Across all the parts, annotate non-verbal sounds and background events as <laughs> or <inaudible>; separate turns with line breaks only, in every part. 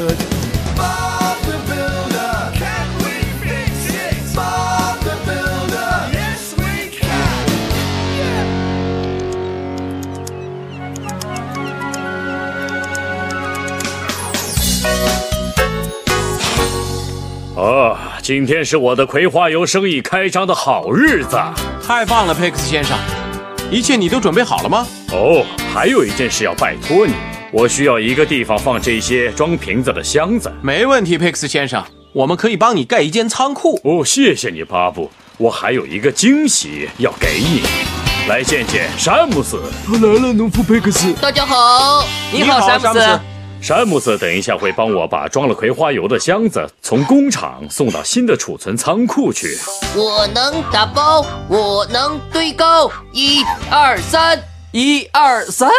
Bob the Builder. Can we fix it? Bob the Builder. Yes, we can.
啊，今天是我的葵花油生意开张的好日子。
太棒了，佩克斯先生，一切你都准备好了吗？
哦，还有一件事要拜托你，我需要一个地方放这些装瓶子的箱子。
没问题，佩克斯先生，我们可以帮你盖一间仓库。
哦，谢谢你，巴布，我还有一个惊喜要给你。来见见詹姆斯。
大家好，
你好詹姆斯
詹姆斯，等一下会帮我把装了葵花油的箱子从工厂送到新的储存仓库去。
我能打包，我能堆高，一二三，一二三，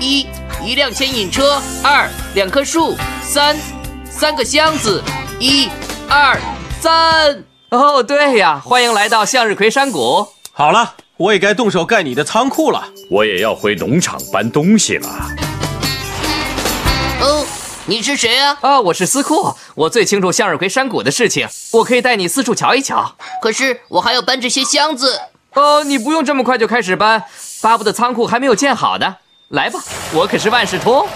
一一辆牵引车，二两棵树，三三个箱子，一二三。哦，对呀，欢迎来到向日葵山谷。
好了，我也该动手盖你的仓库了。
我也要回农场搬东西了。
哦，你是谁啊？
啊，我是司库，我最清楚向日葵山谷的事情，我可以带你四处瞧一瞧。
可是我还要搬这些箱子。
呃，你不用这么快就开始搬，巴布的仓库还没有建好呢。来吧，我可是万事通。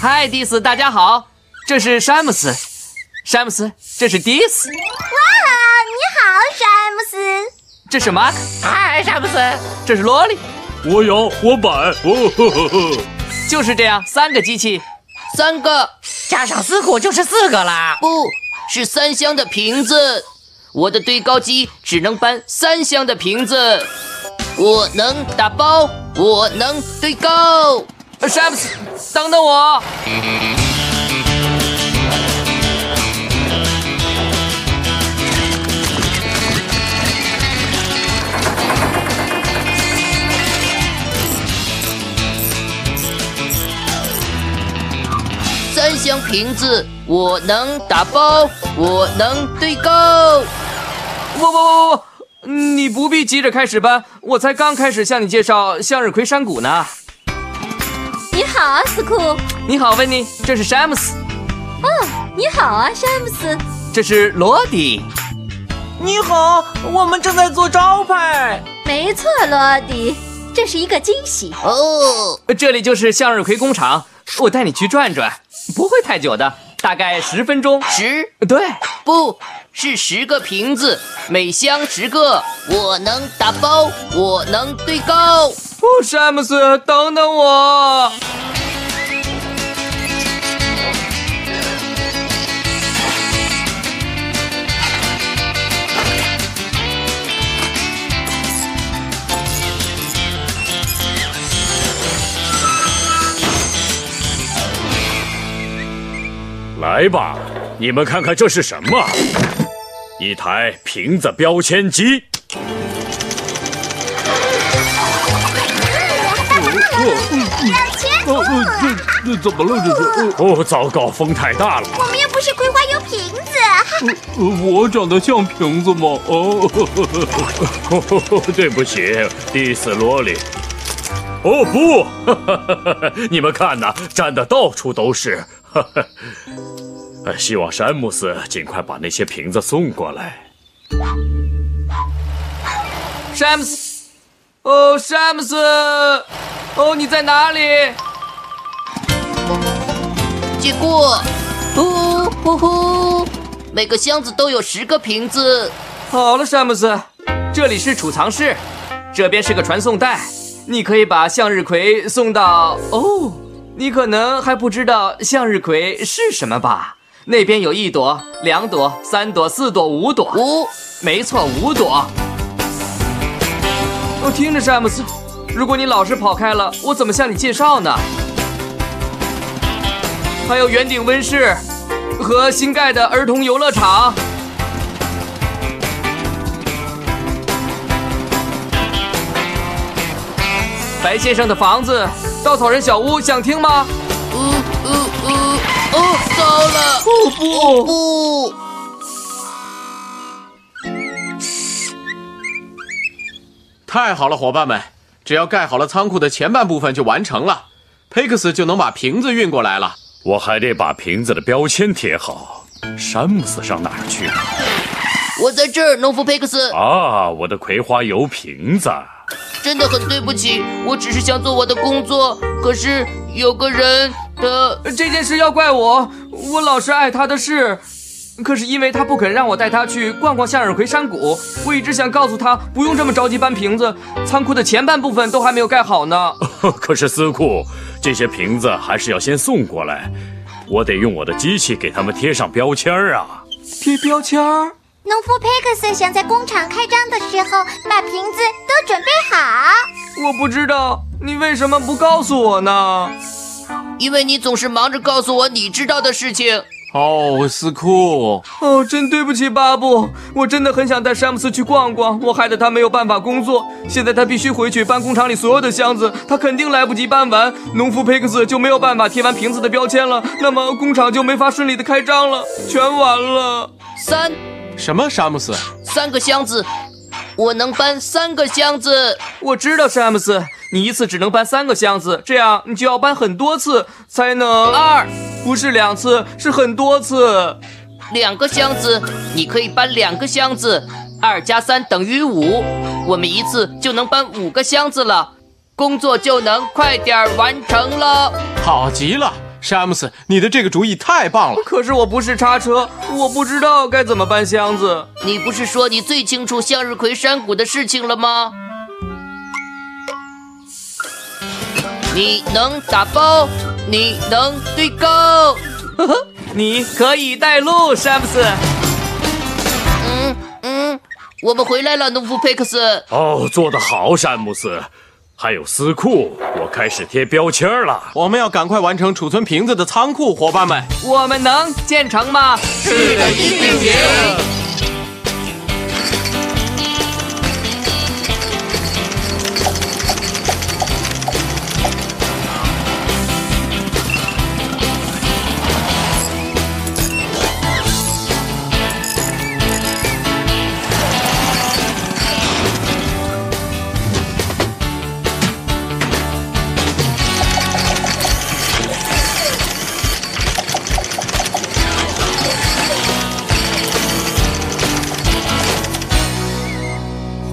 嗨，迪斯，大家好，这是詹姆斯，詹姆斯，这是迪斯，
哇，你好，詹姆斯。
这是马克，
嗨，詹姆斯。
这是萝莉，
我摇，我摆，哦呵呵呵。
就是这样，三个机器。
三个
加上司库就是四个啦。
不是三箱的瓶子，我的堆高机只能搬三箱的瓶子。我能打包，我能堆高。
呃詹姆斯，等等我。
三箱瓶子，我能打包，我能堆高。
不不不不不，你不必急着开始搬，我才刚开始向你介绍向日葵山谷呢。
你好啊，斯库。
你好，温妮，这是詹姆斯，
你好啊，詹姆斯。
这是罗迪。
你好，我们正在做招牌。
没错，罗迪，这是一个惊喜。
哦，
呃这里就是向日葵工厂，我带你去转转，不会太久的，大概十分钟。
十
呃对，
不是十个瓶子，每箱十个。我能打包，我能堆高。
哦，詹姆斯，等等我。
来吧，你们看看这是什么？一台瓶子标签机。
标签，
哦，糟糕，风太大了。
我们又不是葵花油瓶子。
我长得像瓶子吗？哦，
对不起，迪斯罗里。哦不哈哈哈哈，你们看呐，粘的到处都是。哈哈，呃希望山姆斯尽快把那些瓶子送过来。
詹姆斯，哦，詹姆斯，哦，你在哪里？
结果，呼呼呼，每个箱子都有十个瓶子。
好了，詹姆斯，这里是储藏室，这边是个传送带，你可以把向日葵送到哦。你可能还不知道向日葵是什么吧？那边有一朵、两朵、三朵、四朵、五朵，
五
没错，五朵。我听着，詹姆斯，如果你老是跑开了，我怎么向你介绍呢？还有圆顶温室和新盖的儿童游乐场。白先生的房子，稻草人小屋，想听吗？
呜呜呜！哦，糟了！哦
不不
不，
太好了，伙伴们，只要盖好了仓库的前半部分就完成了，佩克斯就能把瓶子运过来了。
我还得把瓶子的标签贴好。山姆斯上哪儿去了？
我在这儿，农夫佩克斯，
啊，我的葵花油瓶子。 <laughs>
真的很对不起，我只是想做我的工作，可是有个人的
这件事要怪我，我老是碍他的事。可是因为他不肯让我带他去逛逛向日葵山谷，我一直想告诉他不用这么着急搬瓶子，仓库的前半部分都还没有盖好呢。
可是司库，这些瓶子还是要先送过来，我得用我的机器给它们贴上标签儿啊。
贴标签儿，
农夫佩克斯想在工厂开张的时候把瓶子都准备好。
我不知道你为什么不告诉我呢？
因为你总是忙着告诉我你知道的事情。
哦，斯库，
哦，真对不起，巴布，我真的很想带詹姆斯去逛逛，我害得他没有办法工作。现在他必须回去搬工厂里所有的箱子，他肯定来不及搬完。农夫佩克斯就没有办法贴完瓶子的标签了，那么工厂就没法顺利的开张了，全完了。
三
什么詹姆斯？
三个箱子，我能搬三个箱子。
我知道，詹姆斯，你一次只能搬三个箱子，这样你就要搬很多次才能
二
不是两次，是很多次。
两个箱子，你可以搬两个箱子，二加三等于五，我们一次就能搬五个箱子了，工作就能快点儿完成了。
好极了，詹姆斯，你的这个主意太棒了。
可是我不是叉车，我不知道该怎么搬箱子。
你不是说你最清楚向日葵山谷的事情了吗？你能打包，你能堆高，
你可以带路，詹姆斯。
嗯嗯，我们回来了，农夫佩克斯。
哦，做得好，詹姆斯。还有司库，我开始贴标签儿了。
我们要赶快完成储存瓶子的仓库，伙伴们。
我们能建成吗？是的，一定行。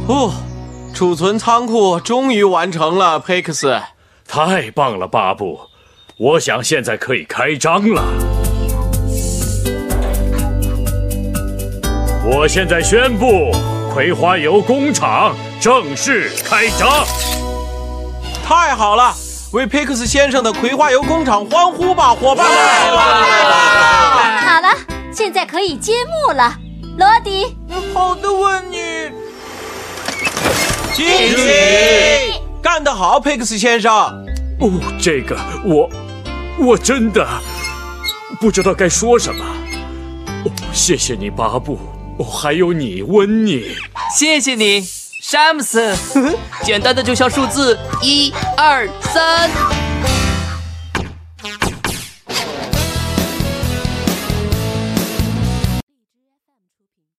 哦，储存仓库终于完成了，佩克斯。
太棒了，巴布！我想现在可以开张了。我现在宣布，葵花油工厂正式开张。
太好了，为佩克斯先生的葵花油工厂欢呼吧，伙伴们！
好了，现在可以揭幕了，罗迪。
好的，问你。
惊喜！干得好，佩克斯先生。
哦，这个我，我真的不知道该说什么。哦，谢谢你，巴布。哦，还有你，温妮。
谢谢 <laughs> 你，詹姆斯。简单的就像数字，
一二三，